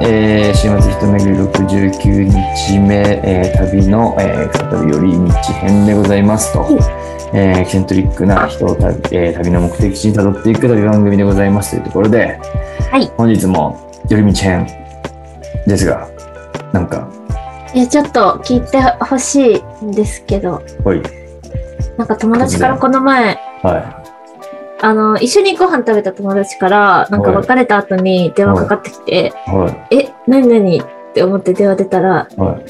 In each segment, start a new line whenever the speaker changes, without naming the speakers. えー、週末一巡り69日目、えー、旅の、えー、再び寄り道編でございますと、えー、エキセントリックな人を旅,、えー、旅の目的地にたどっていく旅番組でございますというところで、
はい
本日も寄り道編ですがなんか
いやちょっと聞いてほしいんですけど
おい
なんか友達からこの前
は
あの一緒にご飯食べた友達からなんか
はい
別れた後に電話かかってきて
いは
「え何何?」って思って電話出たら
いはい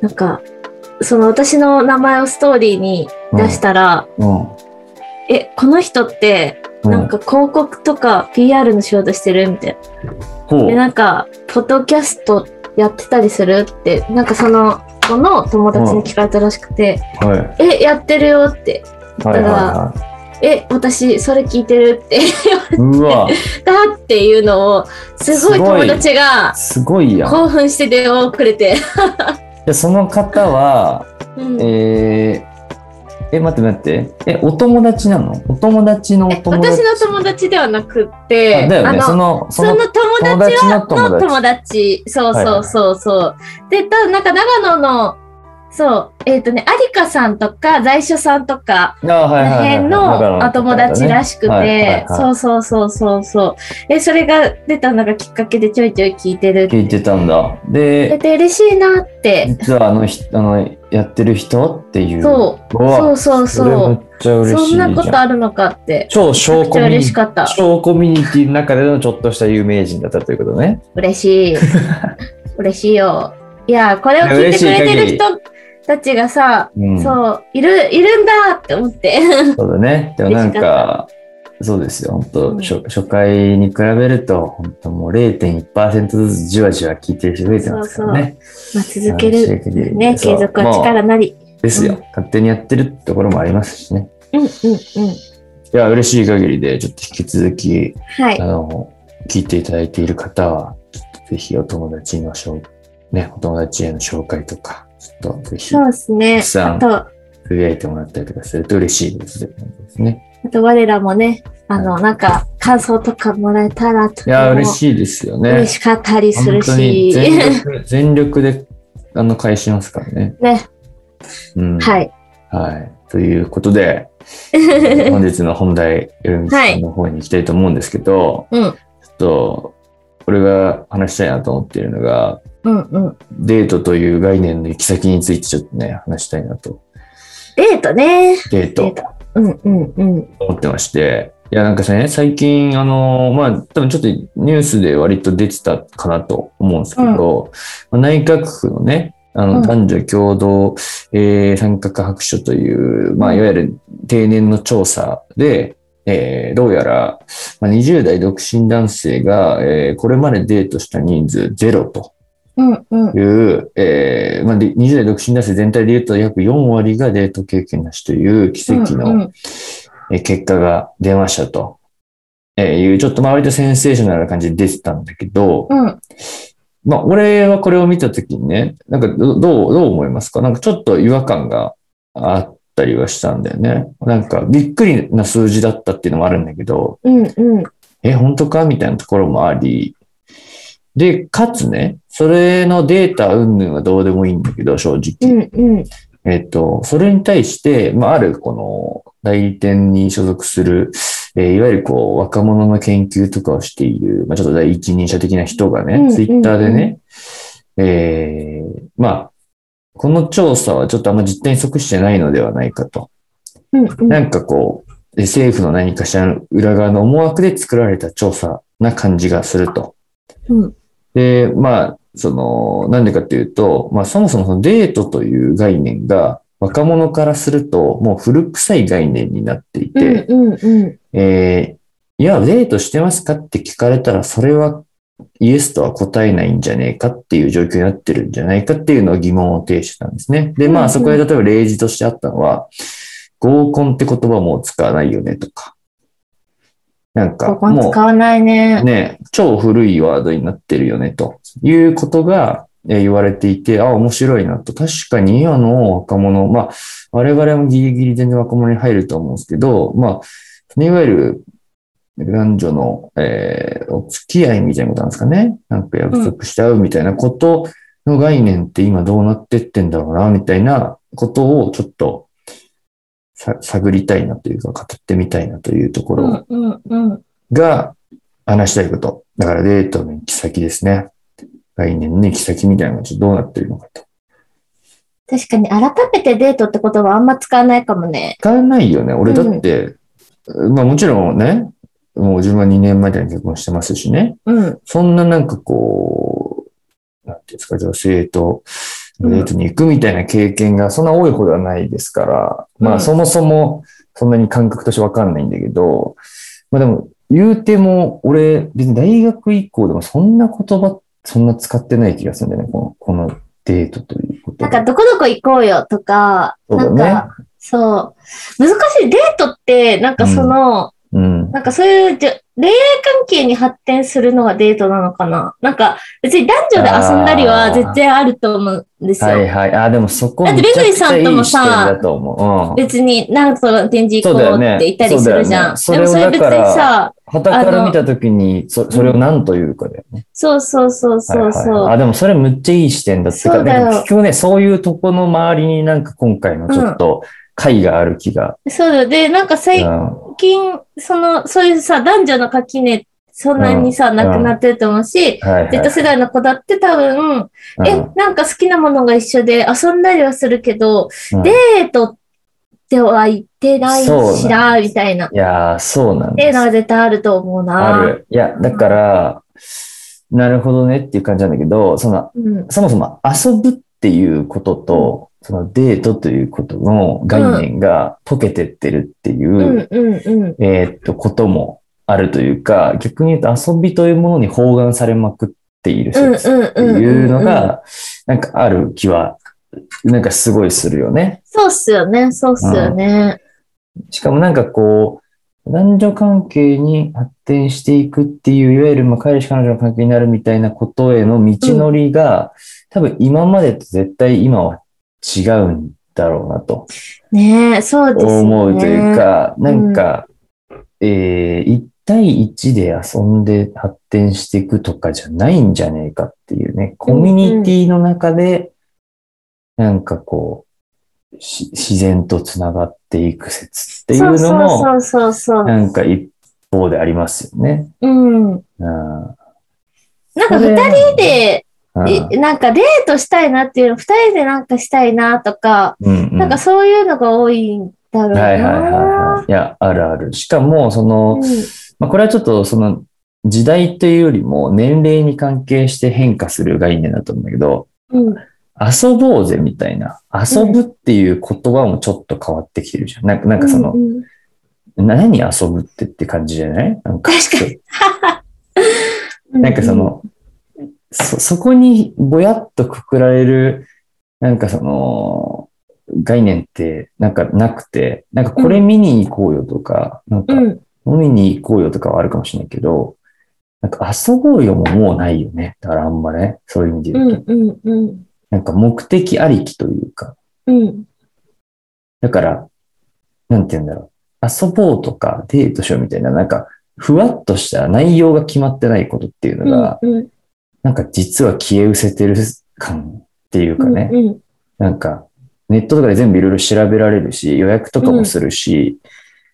なんかその私の名前をストーリーに出したら
う
「えこの人って
ん
なんか広告とか PR の仕事してる?」みたいな。
ほう
でなんかポッドキャストやってたりするってなんかその子の友達に聞かれたらしくて
はい
「えやってるよ」って
はいはいは
「え私それ聞いてる」って
い うんわ
だっていうのをすごい
すごい
友達が
すごいやんい
興奮して電話をくれて、
やその方は
うん
えー、え、待って待って。え、お友達なのお友達のお
え
友達。
私の友達ではなくっ
あ
て
だよね。
あ
そ
の
の、
そ
その
の友達
達の
の
友
友
達。
達そうそうそうそう、でただなんか長野のそうえっ、とね有香さんとか在所さんとか
あ、はい
この
はいはい。
辺のお友達らしく
はいはいは
て
い、
そうそうそうそうそう。え、それが出たのがきっかけでちょいちょい聞いてる。
聞いてたんだ。
で、
で、
嬉しいなって。
実はあの人、あの、やってる人っていう。。
そう
わ
そうそう
それ
そ
め
う
っ。ちゃ嬉しいじゃん。
そんなことあるのかって。
超
め
小
っち
コ
ゃ
ミュ
嬉
ニ
し
ティ。
かった。
小コミュニティの中でのちょっとした有名人だったということね。
嬉し い。嬉しいよ。いや、これを聞いてくれてる人たちがさ、
うん。
そう、いる、いるんだって思って。
そうだね。でもなん
嬉しか
か、そうですよ。本当、
うん
初初回に比べると、本当もう0.1%ずつじわじわ聞いてる人増えてますからね。
まあ、続ける。
嬉しい限り
ね、
そう
継続は
も
力なり。
うですよ、
うん
勝手にやってるところもありますしね。
うんうんうん。
いや、嬉しい限りで、ちょっと引き続き、
はい
あ。の、聞いていただいている方は、ぜひお友達の紹介、ね、お友達への紹介とか、ちょっとぜひ
そう、ですね
たく。さん
あと、
つぶやいてもらったりとかすると嬉しいですね。
あと我らもね、あの、
は
なんか感想とかもらえたらと
いや、
ても
嬉しいですよね。
嬉しかったりする
本当に
し、
全力全力であの返しますからね。
ね、
うん、
はい。
はい、ということ で本日の本題よみさんの方に行きたいと思うんですけど、
うん、
ちょっと俺が話したいなと思っているのが
うん、うん。
デートという概念の行き先についてちょっとね話したいなと
デートね。
デー
デ
ト
ート。うん、うん、うん。
思ってまして。いやなんかね、最近、あのまあ、多分ちょっとニュースで割と出てたかなと思うんですけど、まあ内閣府のね、あ
う
の
ん
男女共同、えー参画白書という、まあ、
うん
いわゆる定年の調査で、えーどうやら、まあ、20代独身男性が、えーこれまでデートした人数ゼロと
うん、うん
と。いう、えーまあ、で20代独身男性全体で言うと約4割がデート経験なしという奇跡の、
うんうん
えー結果が出ましたと、えーいう、ちょっとまあ割とセンセーショナルな感じで出てたんだけど、
うん。
まあ俺はこれを見たときにね、なんかどどう、どう思いますかなんかちょっと違和感があったりはしたんだよね。なんかびっくりな数字だったっていうのもあるんだけど、
うん、うん。
え、本当かみたいなところもあり、で、かつね、それのデータ云々はどうでもいいんだけど、正
う
直。
ん、うん。
えっと、それに対して、まあ、あるこの代理店に所属する、えーいわゆるこう、若者の研究とかをしている、まあ、ちょっと第一人者的な人が
うんうんう
ね、
ん
ツイッターでね、えーまあ、この調査はちょっとあんま実態に即してないのではないかと。
うん、うん。
なんかこう、え政府の何かしらの裏側の思惑で作られた調査な感じがすると。
うん
で、まあ、その、なんでかっていうと、まあそもそもそのデートという概念が若者からするともう古臭い概念になってい
うん、
て、
うん、うん。
えーいや、デートしてますかって聞かれたらそれはイエスとは答えないんじゃねえかっていう状況になってるんじゃないかっていうのを疑問を呈してたんですね。で、ま
うんう
あ
ん
そこで例えば例示としてあったのは、合コンって言葉もう使わないよねとか。なんか
ここ
も
使わないうね。
ね、超古いワードになってるよねということがえー言われていて、あ、面白いなと。確かに今の若者、まあ我々もギリギリ全然若者に入ると思うんですけど、まあ、いわゆる男女の、えーお付き合いみたいなことなんですかね。なんか約束しちゃうみたいなことの概念って今どうなってってんだろうな、みたいなことをちょっとさ探りたいなというか、語ってみたいなというところ
うんうんうん。
が話したいこと。だからデートの行き先ですね。概念の行き先みたいなのがちょっとどうなってるのかと。
確かに改めてデートって言葉はあんま使わないかもね。
使えないよね。俺だって、まあもちろんね、もう自分は2年前に結婚してますしね。
うん。
そんななんかこう、なんていうんですか、女性とデートに行くみたいな経験がそんな多いほどはないですから、
うん
まあそもそもそんなに感覚としてわかんないんだけど、まあでも言うても俺、別に大学以降でもそんな言葉、そんな使ってない気がするんだよね、この、このデートということ
なんか、どこどこ行こうよとか、
そうだ
なん
ね
か、そう。難しい。デートって、なんかその、
うん。
なんかそういうじょ恋愛関係に発展するのがデートなのかななんか、別に男女で遊んだりは絶対あると思うんですよ。
はいはい。あ、でもそこ
だって
めちゃくちゃいい
レグリ
視
さ
点
んともさ
だと思う。うん。
別に、なんとの展示行こうって言ったりするじゃん。
そう
で
だ
も
よね
そ
そうだ
れ
よね
別
それをだから
にさ、
旗から見たときにそ、それを何というかだよね。
そうそうそうそう
はいはい
そ
は
う
い。あ、でもそれむっちゃいい視点だって
そうだよ
なんか結局ね、そういうとこの周りになんか今回のちょっと回がある気が。
そうだ。で、なんか
うん
最近、その、そういうさ、男女の垣根、そんなにさ、
うん
なくなってると思うし、
はいはい
Z 世代の子だって多分、
うん
え、なんか好きなものが一緒で遊んだりはするけど、
うん
デートっては言ってない
そう
しな、みたいな。
いやー、そうなん
っ
で
ていう
す
のは絶対あると思うな。
あ。る。いや、だから、なるほどねっていう感じなんだけど、その、
うん。
そもそも遊ぶっていうことと、そのデートということの概念が溶けてってるっていう、
うんうんうん。
えーっと、こともあるというか、逆に言うと遊びというものに包含されまくっている
うん
説っ
うん
て
うん。
いうの、が、なんかある気は、なんかすごいするよね。
そうっすよね、そうっすよね。
しかもなんかこう、男女関係に発展していくっていう、いわゆるまあ彼氏彼女の関係になるみたいなことへの道のりが、多分今までと絶対今は違うんだろうなと。
ねえ、そうですよね。
思うというか、
ね
なんか、えー、1対1で遊んで発展していくとかじゃないんじゃねえかっていうね、コミュニティの中で、なんかこう、し自然とつながっていく説っていうのも、
そうそうそうそう。
なんか一方でありますよね。
うん。
うん
なんか二人で、
うん
いなんかデートしたいなっていうの、二人でなんかしたいなとか、
うんうん
なんかそういうのが多いんだろうな。
はいはいはいはい。いや、あるある。しかも、その、まあ、これはちょっとその時代というよりも年齢に関係して変化する概念だと思うんだけど、
うん。うん。
遊ぼうぜみたいな、遊ぶっていう言葉もちょっと変わってきてるじゃん。なんかなんかその
う、んうん
何遊ぶってって感じじゃないなんか
確かに。
なんかその、そ、そこにぼやっとくくられる、なんかその、概念ってなんかなくて、なんかこれ見に行こうよとか、なん
う
か
ん。うん。
飲みに行こうよとかはあるかもしれないけど、なんか遊ぼうよももうないよね。だからあんまね、そういう意味で
う
言うと。
ん。うん。うん。
なんか目的ありきというか、
うん。
だから、なんて言うんだろう。遊ぼうとかデートしようみたいな、なんか、ふわっとした内容が決まってないことっていうのが、
うん。
なんか実は消え失せてる感っていうかね、
うん。
なんか、ネットとかで全部いろいろ調べられるし、予約とかもするし、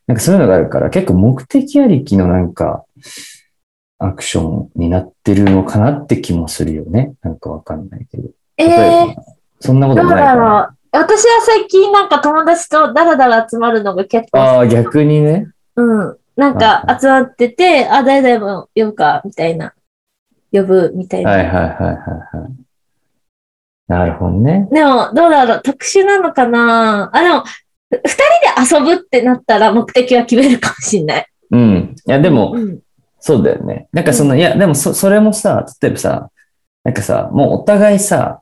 なんかそういうのがあるから、結構目的ありきのなんか、アクションになってるのかなって気もするよね。なんかわかんないけど。
え
例
え
えば、そんなこ
ど
と
う
ない
だ
か
ろ
な。
う。私は最近なんか友達とダラダラ集まるのが結構、
ああ、逆にね。
うん。なんか集まってて、あ、誰々も呼ぶか、みたいな。呼ぶ、みたいな。
はいはいはいはいはい。なるほどね。
でも、どうだろう。特殊なのかなあ、でも、ふ二人で遊ぶってなったら目的は決めるかもしれない。
うん。いや、でも、
うん
そうだよね。なんかその、いや、でもそ、それもさ、例えばさ、なんかさ、もうお互いさ、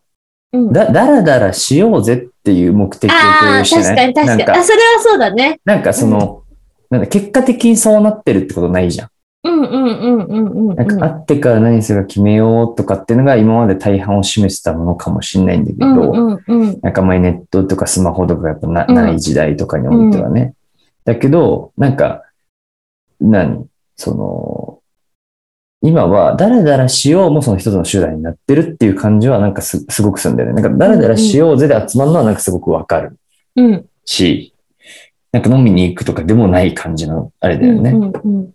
うん
だ、だらだらしようぜっていう目的を共
ああ、
有して
確
な
か
い
に確か
なん
に。
か
あ、それはそうだね。
なんかその、なんだ、結果的にそうなってるってことないじゃん。
うんうんうんうんうん。
なんか、会ってから何するか決めようとかっていうのが今まで大半を占めてたものかもしれないんだけ
う
ど、
んうんうん。
なんか前ネットとかスマホとかやっぱな,、
うん
ない時代とかにおいてはね。だけど、なんか、何その、今は、だらだらしようもその一つの手段になってるっていう感じはなんかすすごくするんだよね。なんか、だらだらしようぜで集まるのはなんかすごくわかる
うん。
し、なんか飲みに行くとかでもない感じの、あれだよね。
うんうんうん。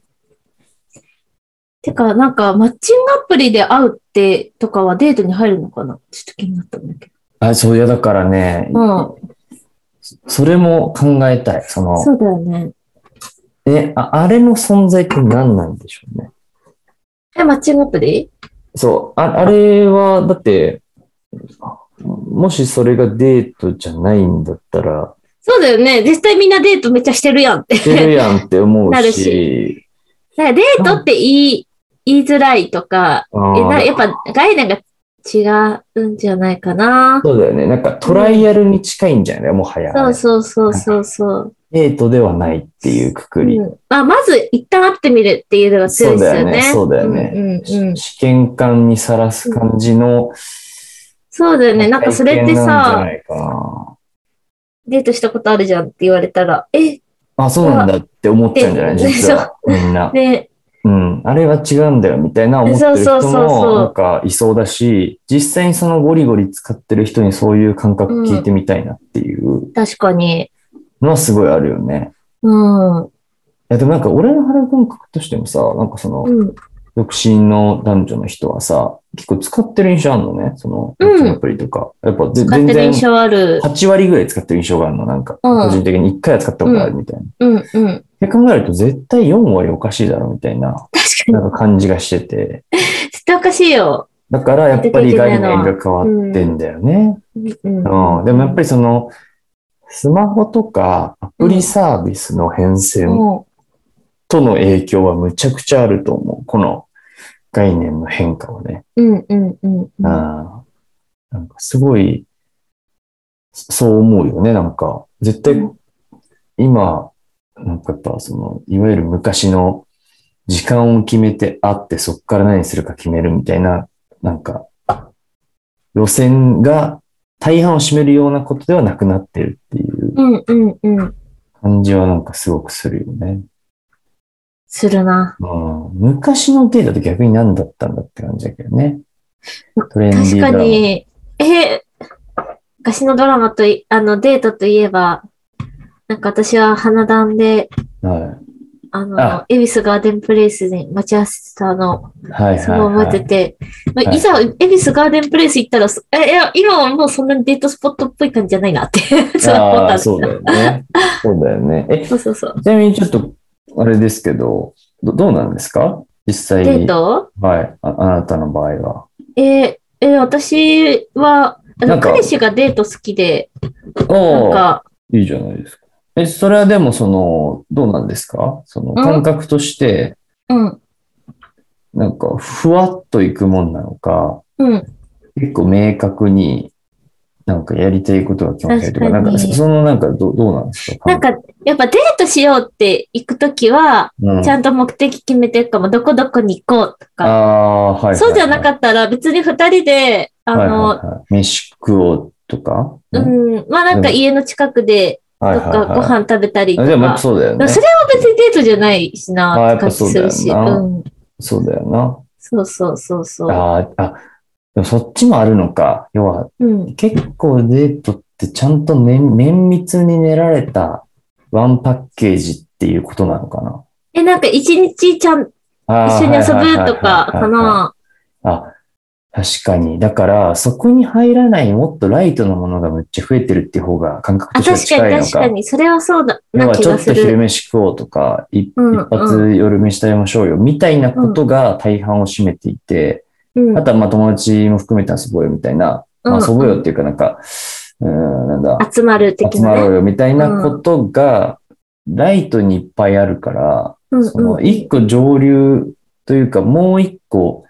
てか、なんか、マッチングアプリで会うって、とかはデートに入るのかなちょっと気になったんだけ
あ、そういや、だからね、
ど。
それも考えたい。そ
うん。
の、
そうだよね。
え、ああれの存在って何なんでしょうね。
え、マッチングアプリ
そう、ああれは、だって、もしそれがデートじゃないんだった ら、
そうだよね。絶対みんなデートめっちゃしてるやんって。
してるやんって思う
なる
し、
だからデートって言い、言いづらいとか、
あー
えなやっぱ概念が違うんじゃないかな。
そうだよね。なんかトライアルに近いんじゃない、もはや。
そうそうそうそうそう。
デートではないっていうくくり。
うんまあ、まず一旦会ってみるっていうのが強いですよね。
そうだよね
うんうんうん
試験管にさらす感じの、
そうだよね。なんかそれって
体験なんじゃ
さ、
ないかな
デートしたことあるじゃんって言われたら、え、
あ、そうなんだって思っちゃうんじゃない
で
実 は。みんな。
ね、
うん。あれは違うんだよ、みたいな思ってる
そう
人
そうそうそう
も、なんかいそうだし、実際にそのゴリゴリ使ってる人にそういう感覚聞いてみたいなっていう
確かに。
のはすごいあるよね。
うん。うん。
いや、でもなんか俺の腹感覚としてもさ、なんかその、独身の男女の人はさ、結構使ってる印象あるのね、その、
うん
マッチングアプリとか。やっぱぜ
使っ
全
てる
然、
印
8
象ある。
割ぐらい使ってる印象があるの、なんか、
うん
個人的に1回は使ったことあるみたいな。
うんうん。
で考えると絶対4割おかしいだろみたいな、
確かに。
なんか感じがしてて。
絶対おかしいよ。
だからやっぱり概念が変わってんだよね。
うん
うん。でもやっぱりその、スマホとかアプリサービスの変遷
も
との影響はむちゃくちゃあると思う。この概念の変化はね。
うんうんうんうん。
ああ、なんかすごい、そそう思うよね、なんか。絶対
うん、
今、なんかやっぱその、いわゆる昔の時間を決めて会ってそっから何するか決めるみたいな、なんか、路線が大半を占めるようなことではなくなってるっていう
うんうんうん。
感じはなんかすごくするよね。
するな。
うん、昔のデータと逆に何だったんだって感じだけどね。トレンディ
確
ー
か
ドラマ
に、え、昔のドラマとい、あの、デートといえば、なんか私は花壇で、
はい。
あ
あ
の、恵比寿ガーデンプレイスで待ち合わせてたの、
はいはい、はい。
すごい覚えてて、まあ
はい
いざ、恵比寿ガーデンプレイス行ったら、そえ、いや、今はもうそんなにデートスポットっぽい感じじゃないなって、 そう思ったん
あ
で
あ、
す
そうだよね。そうだよね。え、
そうそうそう。
ちなみにちょっと、あれですけど、どどうなんですか実際
デー
に。
ト
はいあ。あなたの場合は。
えーえー私は、あ
な
の
んか
彼氏がデート好きで、なん
おお
か、
いいじゃないですか。え、それはでもその、どうなんですかその、
ん
感覚として、
うん、
なんか、ふわっといくもんなのか、
うん、
結構明確に、なんかやりたいことが決まってるとか、
確か
な
に
んか、そそのなんかど、どうなんですか
なん、か、やっぱデートしようって行くときは、
うん
ちゃんと目的決めてるかも、どこどこに行こうと
あ
か。
あ、はいはい、はい。
そうじゃなかったら、別に二人で、あ
はい
の、
はいはい、飯食おうとか、
うん、まあなんか家の近くで、
はい
と
はいは
か
い
ご飯食べたりと
あでもやっ
か。
ぱそうだよ
で
ね
も。それは別にデートじゃないし
あ
な、
やっ
っ
てぱ
感じ
そう
す
だよ
る
な
し。うん。
そうだよ
そうそうそう
な。
そう。
あーあ、でもそっちもあるのか。要は、
うん。
結構デートってちゃんと綿綿密に練られたワンパッケージっていうことなのかな。
え、なんか一日ちゃん、
あー
一緒に遊ぶと
は
か
いはいはいは
か
いはい
な。
あ、確かに。だから、そこに入らないもっとライトのものがむっちゃ増えてるっていう方が感覚と
あ、
しては
確
近いの
かに確か
か。
に。それはそうだ、
要
な
は
気
ちょ
が
っと
す
昼
る。
飯食おうとか、一
うん
一発夜飯食べましょうよ、みたいなことが大半を占めていて、
うん
あとはまあ友達も含めて遊ぼうよみたいな、まあ、遊ぼうよっていうかなんか、うーん、なんだ、
集まる的
集
な
ま
ね。
ろうよみたいなことが、ライトにいっぱいあるから、
うん
その一個上流というかもう一個、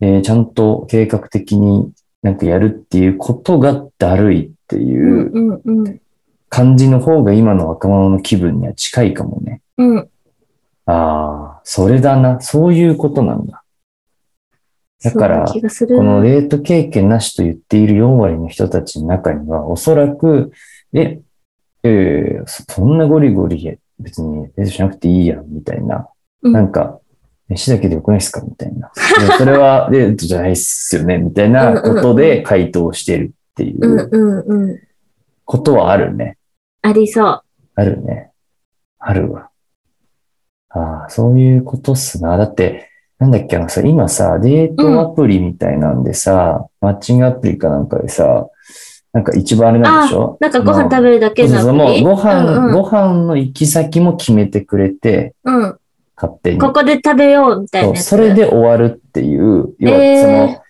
えーちゃんと計画的になんかやるっていうことがだるいって
うん
いう
うんうん
感じの方が今の若者の気分には近いかもね。
うん。
ああ、それだな。そういうことなんだ。だから
そんな気がする
このデート経験なしと言っている4割の人たちの中には、おそらく、え、えーそそんなゴリゴリ別にデートしなくていいやん、みたいな
うん
なんか、飯だけでよくないですかみたいな。でそれ はデートじゃないっすよねみたいなことで回答してるってい
うん
う
うんうん。
ことはあるね。
ありそう。
あるね。あるわ。ああ、そういうことっすな。だって、なんだっけ、あのさ、今さ、デートアプリみたいなんでさ、マッチングアプリかなんかでさ、なんか一番あれなんでしょ
なんかご飯食べるだけ
そう
な
そうそう
の
もう
に。
ご飯、
うんうん
ご飯の行き先も決めてくれて、
うん。
勝手に。
ここで食べようみたいな
そ
や
う
つ。
それで終わるっていう、要はその、
え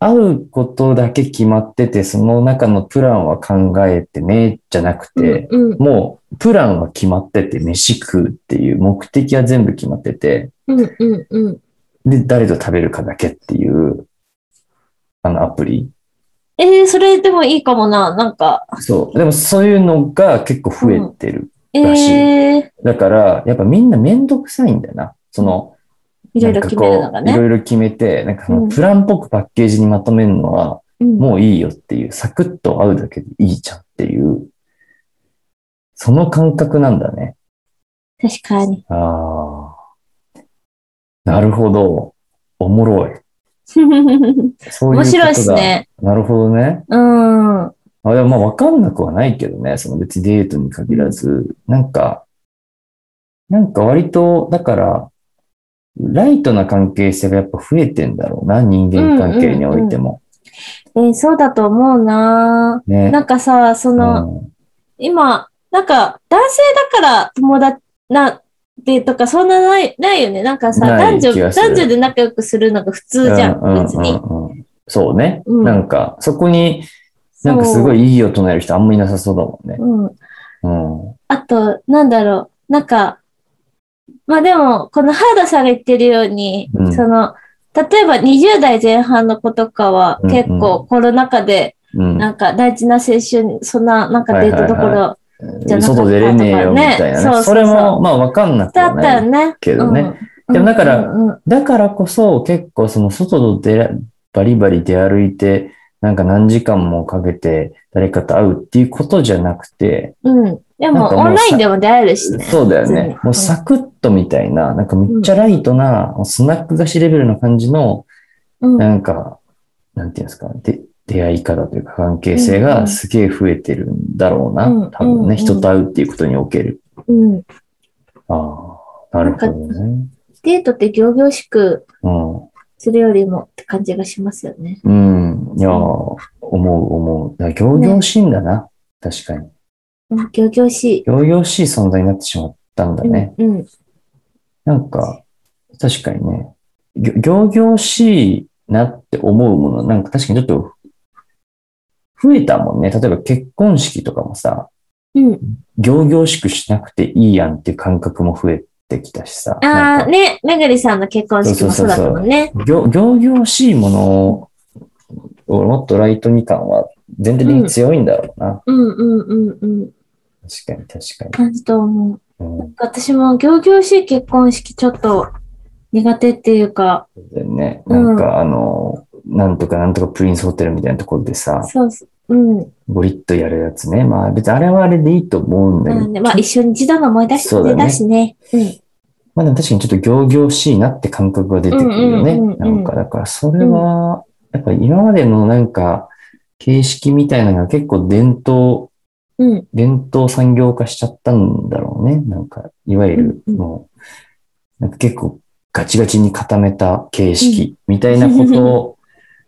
会うことだけ決まってて、その中のプランは考えてね、じゃなくて、
ー、うん
もうプランは決まってて、飯食うっていう目的は全部決まってて、
うんうんうん。
で、誰と食べるかだけっていう、あのアプリ。
えー、それでもいいかもな。なんか、
そう。でもそういうのが結構増えてる。らしい
えー、
だから、やっぱみんなめんどくさいんだよな。その、
いろいろ決めるの
な
が
んかこうい
ね。
ろいろ決めて、なんかそ
う
の
ん
プランっぽくパッケージにまとめるのは、
うん
もういいよっていう、サクッと会うだけでいいじゃんっていう、その感覚なんだね。
確かに。
ああ。なるほど。おもろい。そういう
面
ことだ
白いっす。ね。
なるほどね。
うん。うん
あでもまあわかんなくはないけどね。その別にデートに限らず、なんか、なんか割と、だから、ライトな関係性がやっぱ増えてんだろうな。人間関係においても。
えーそうだと思うな。
ね。
なんかさ、その、
うん
今、なんか、男性だから友達な、でとか、そんなない、ないよね。なんかさ、
ない
男
気
女、
がする
男女で仲良くするのが普通じゃ
うんうんうん
ん、別に。
うんそうね。
うん
なんか、そこに、なんかすごいいい音のやる人あんまいなさそうだもんね。
うん。
うん。
あと、なんだろう。なんか、まあでも、この原田さんが言ってるように、
うん
その、例えば20代前半の子とかは
うんうん
結構コロナ禍で、
うん。
なんか大事な青春、そんな、なんかデートどこ
はいはい
ろじゃなか
外
ったとか
出
ね
れねえよみたいなね。
そうそうそう
れも、まあわかんなく
だ
は
った
ない。
よね。
けどね
うん
でもだから
うんうん
だからこそ結構その外で出らバリバリ出歩いて、なんか何時間もかけて誰かと会うっていうことじゃなくて、
うん。うんで
な
も
んかもう
オンラインでも出会えるしね。
そうだよ
普通に
ね。もうサクッとみたいな、なんかめっちゃライトな、スナック菓子レベルの感じの、
うん
なんか、なんていうんですか、で出会い方というか関係性
うんう
が
ん
すげえ増えてるんだろうな。
うん
多分
うんうん
ね、人と会うっていうことにおける。
うん
ああ、なるほどね。
デートって行々しく
うん。
するよりもって感じがしますよね。
うん。いやー、思う、思う。だから、行々しいんだな。確かに。
うん行々しい。
行々しい存在になってしまったんだね。
うん。うん
なんか、確かにね、ぎょ行々しいなって思うもの、なんか確かにちょっと、増えたもんね。例えば結婚式とかもさ、
うん。
行々しくしなくていいやんっていう感覚も増えてきたしさ。なん
あ
か
あ、ね、めぐりさんの結婚式もそうだったもんね。
行行々しいものをもっとライトに感は全体的に強いんだろうな。
うんうんうんうん。
確かに確かに。
感じと思う。
うん、
私も行々しい結婚式ちょっと苦手っていうか、
だよね。
う
なんんかあの、なんとかなんとかプリンスホテルみたいなところでさ、
そうす、うん。
ゴリッとやるやつね。まあ別にあれはあれでいいと思うんだけ
な
ど、
んで、まあ一緒に一度の思い出し
そうだね
出しね。うん。
まあでも確かにちょっと行々しいなって感覚が出てくるよね。
うんうんうんうん
なんかだからそれは、やっぱり今までのなんか形式みたいなのが結構伝統、
うん。
伝統産業化しちゃったんだろうね。なんか、いわゆる、
うんうん
もう、なんか結構ガチガチに固めた形式みたいなこと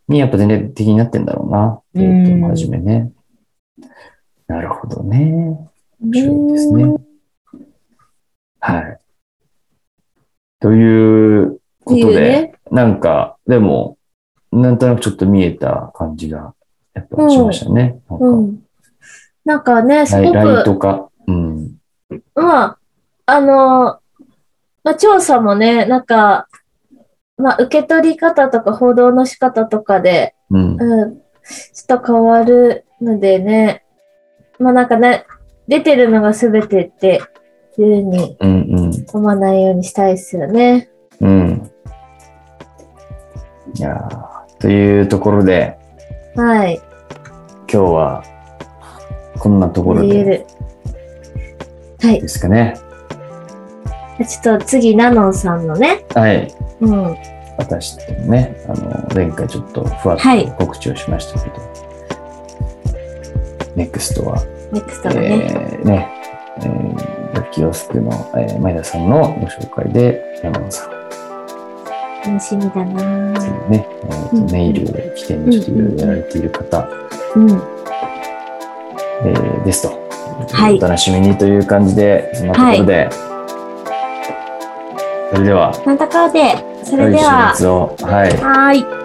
にやっぱ全体的になってんだろうな。
うん
デートもはじめね。なるほどね。面白いですね。はい。というこ
ってい
と
う
で、
ね。
なんか、でも、なんとなくちょっと見えた感じが、やっぱしましたね。
う
なんか、
ん。なんかね、す
ライ
ご
ライ
く、
ト化。うん。
まあ、あの、まあ、調査もね、なんか、まあ、受け取り方とか報道の仕方とかで、
うん。
うん、ちょっと変わるのでね、まあなんかね、出てるのが全てっていうふうに
うんうん。
思わないようにしたいですよね。
うん。いやーというところで、
はい。
今日は、こんなところ
ゆるゆ
で
る。はい。
ですかね。
ちょっと次、ナノンさんのね。
はい。
うん。
私とね、あの、前回ちょっとふわっ
はい
と告知をしましたけど、ネクストは、
ネクストのね。
えー、ね、えー、楽器をすくの、えー前田さんのご紹介で、山野さん
楽しみだな
とい
ぁ
うね、えーと
うん
ネイルを起点にちょっといろいろやられている方、
うん。
えーですと。
い
お楽しみにという感じで、そんなところで、それでは、
なんだかんだで、それ
良い
で
週
は、
末を、はい。
はーい。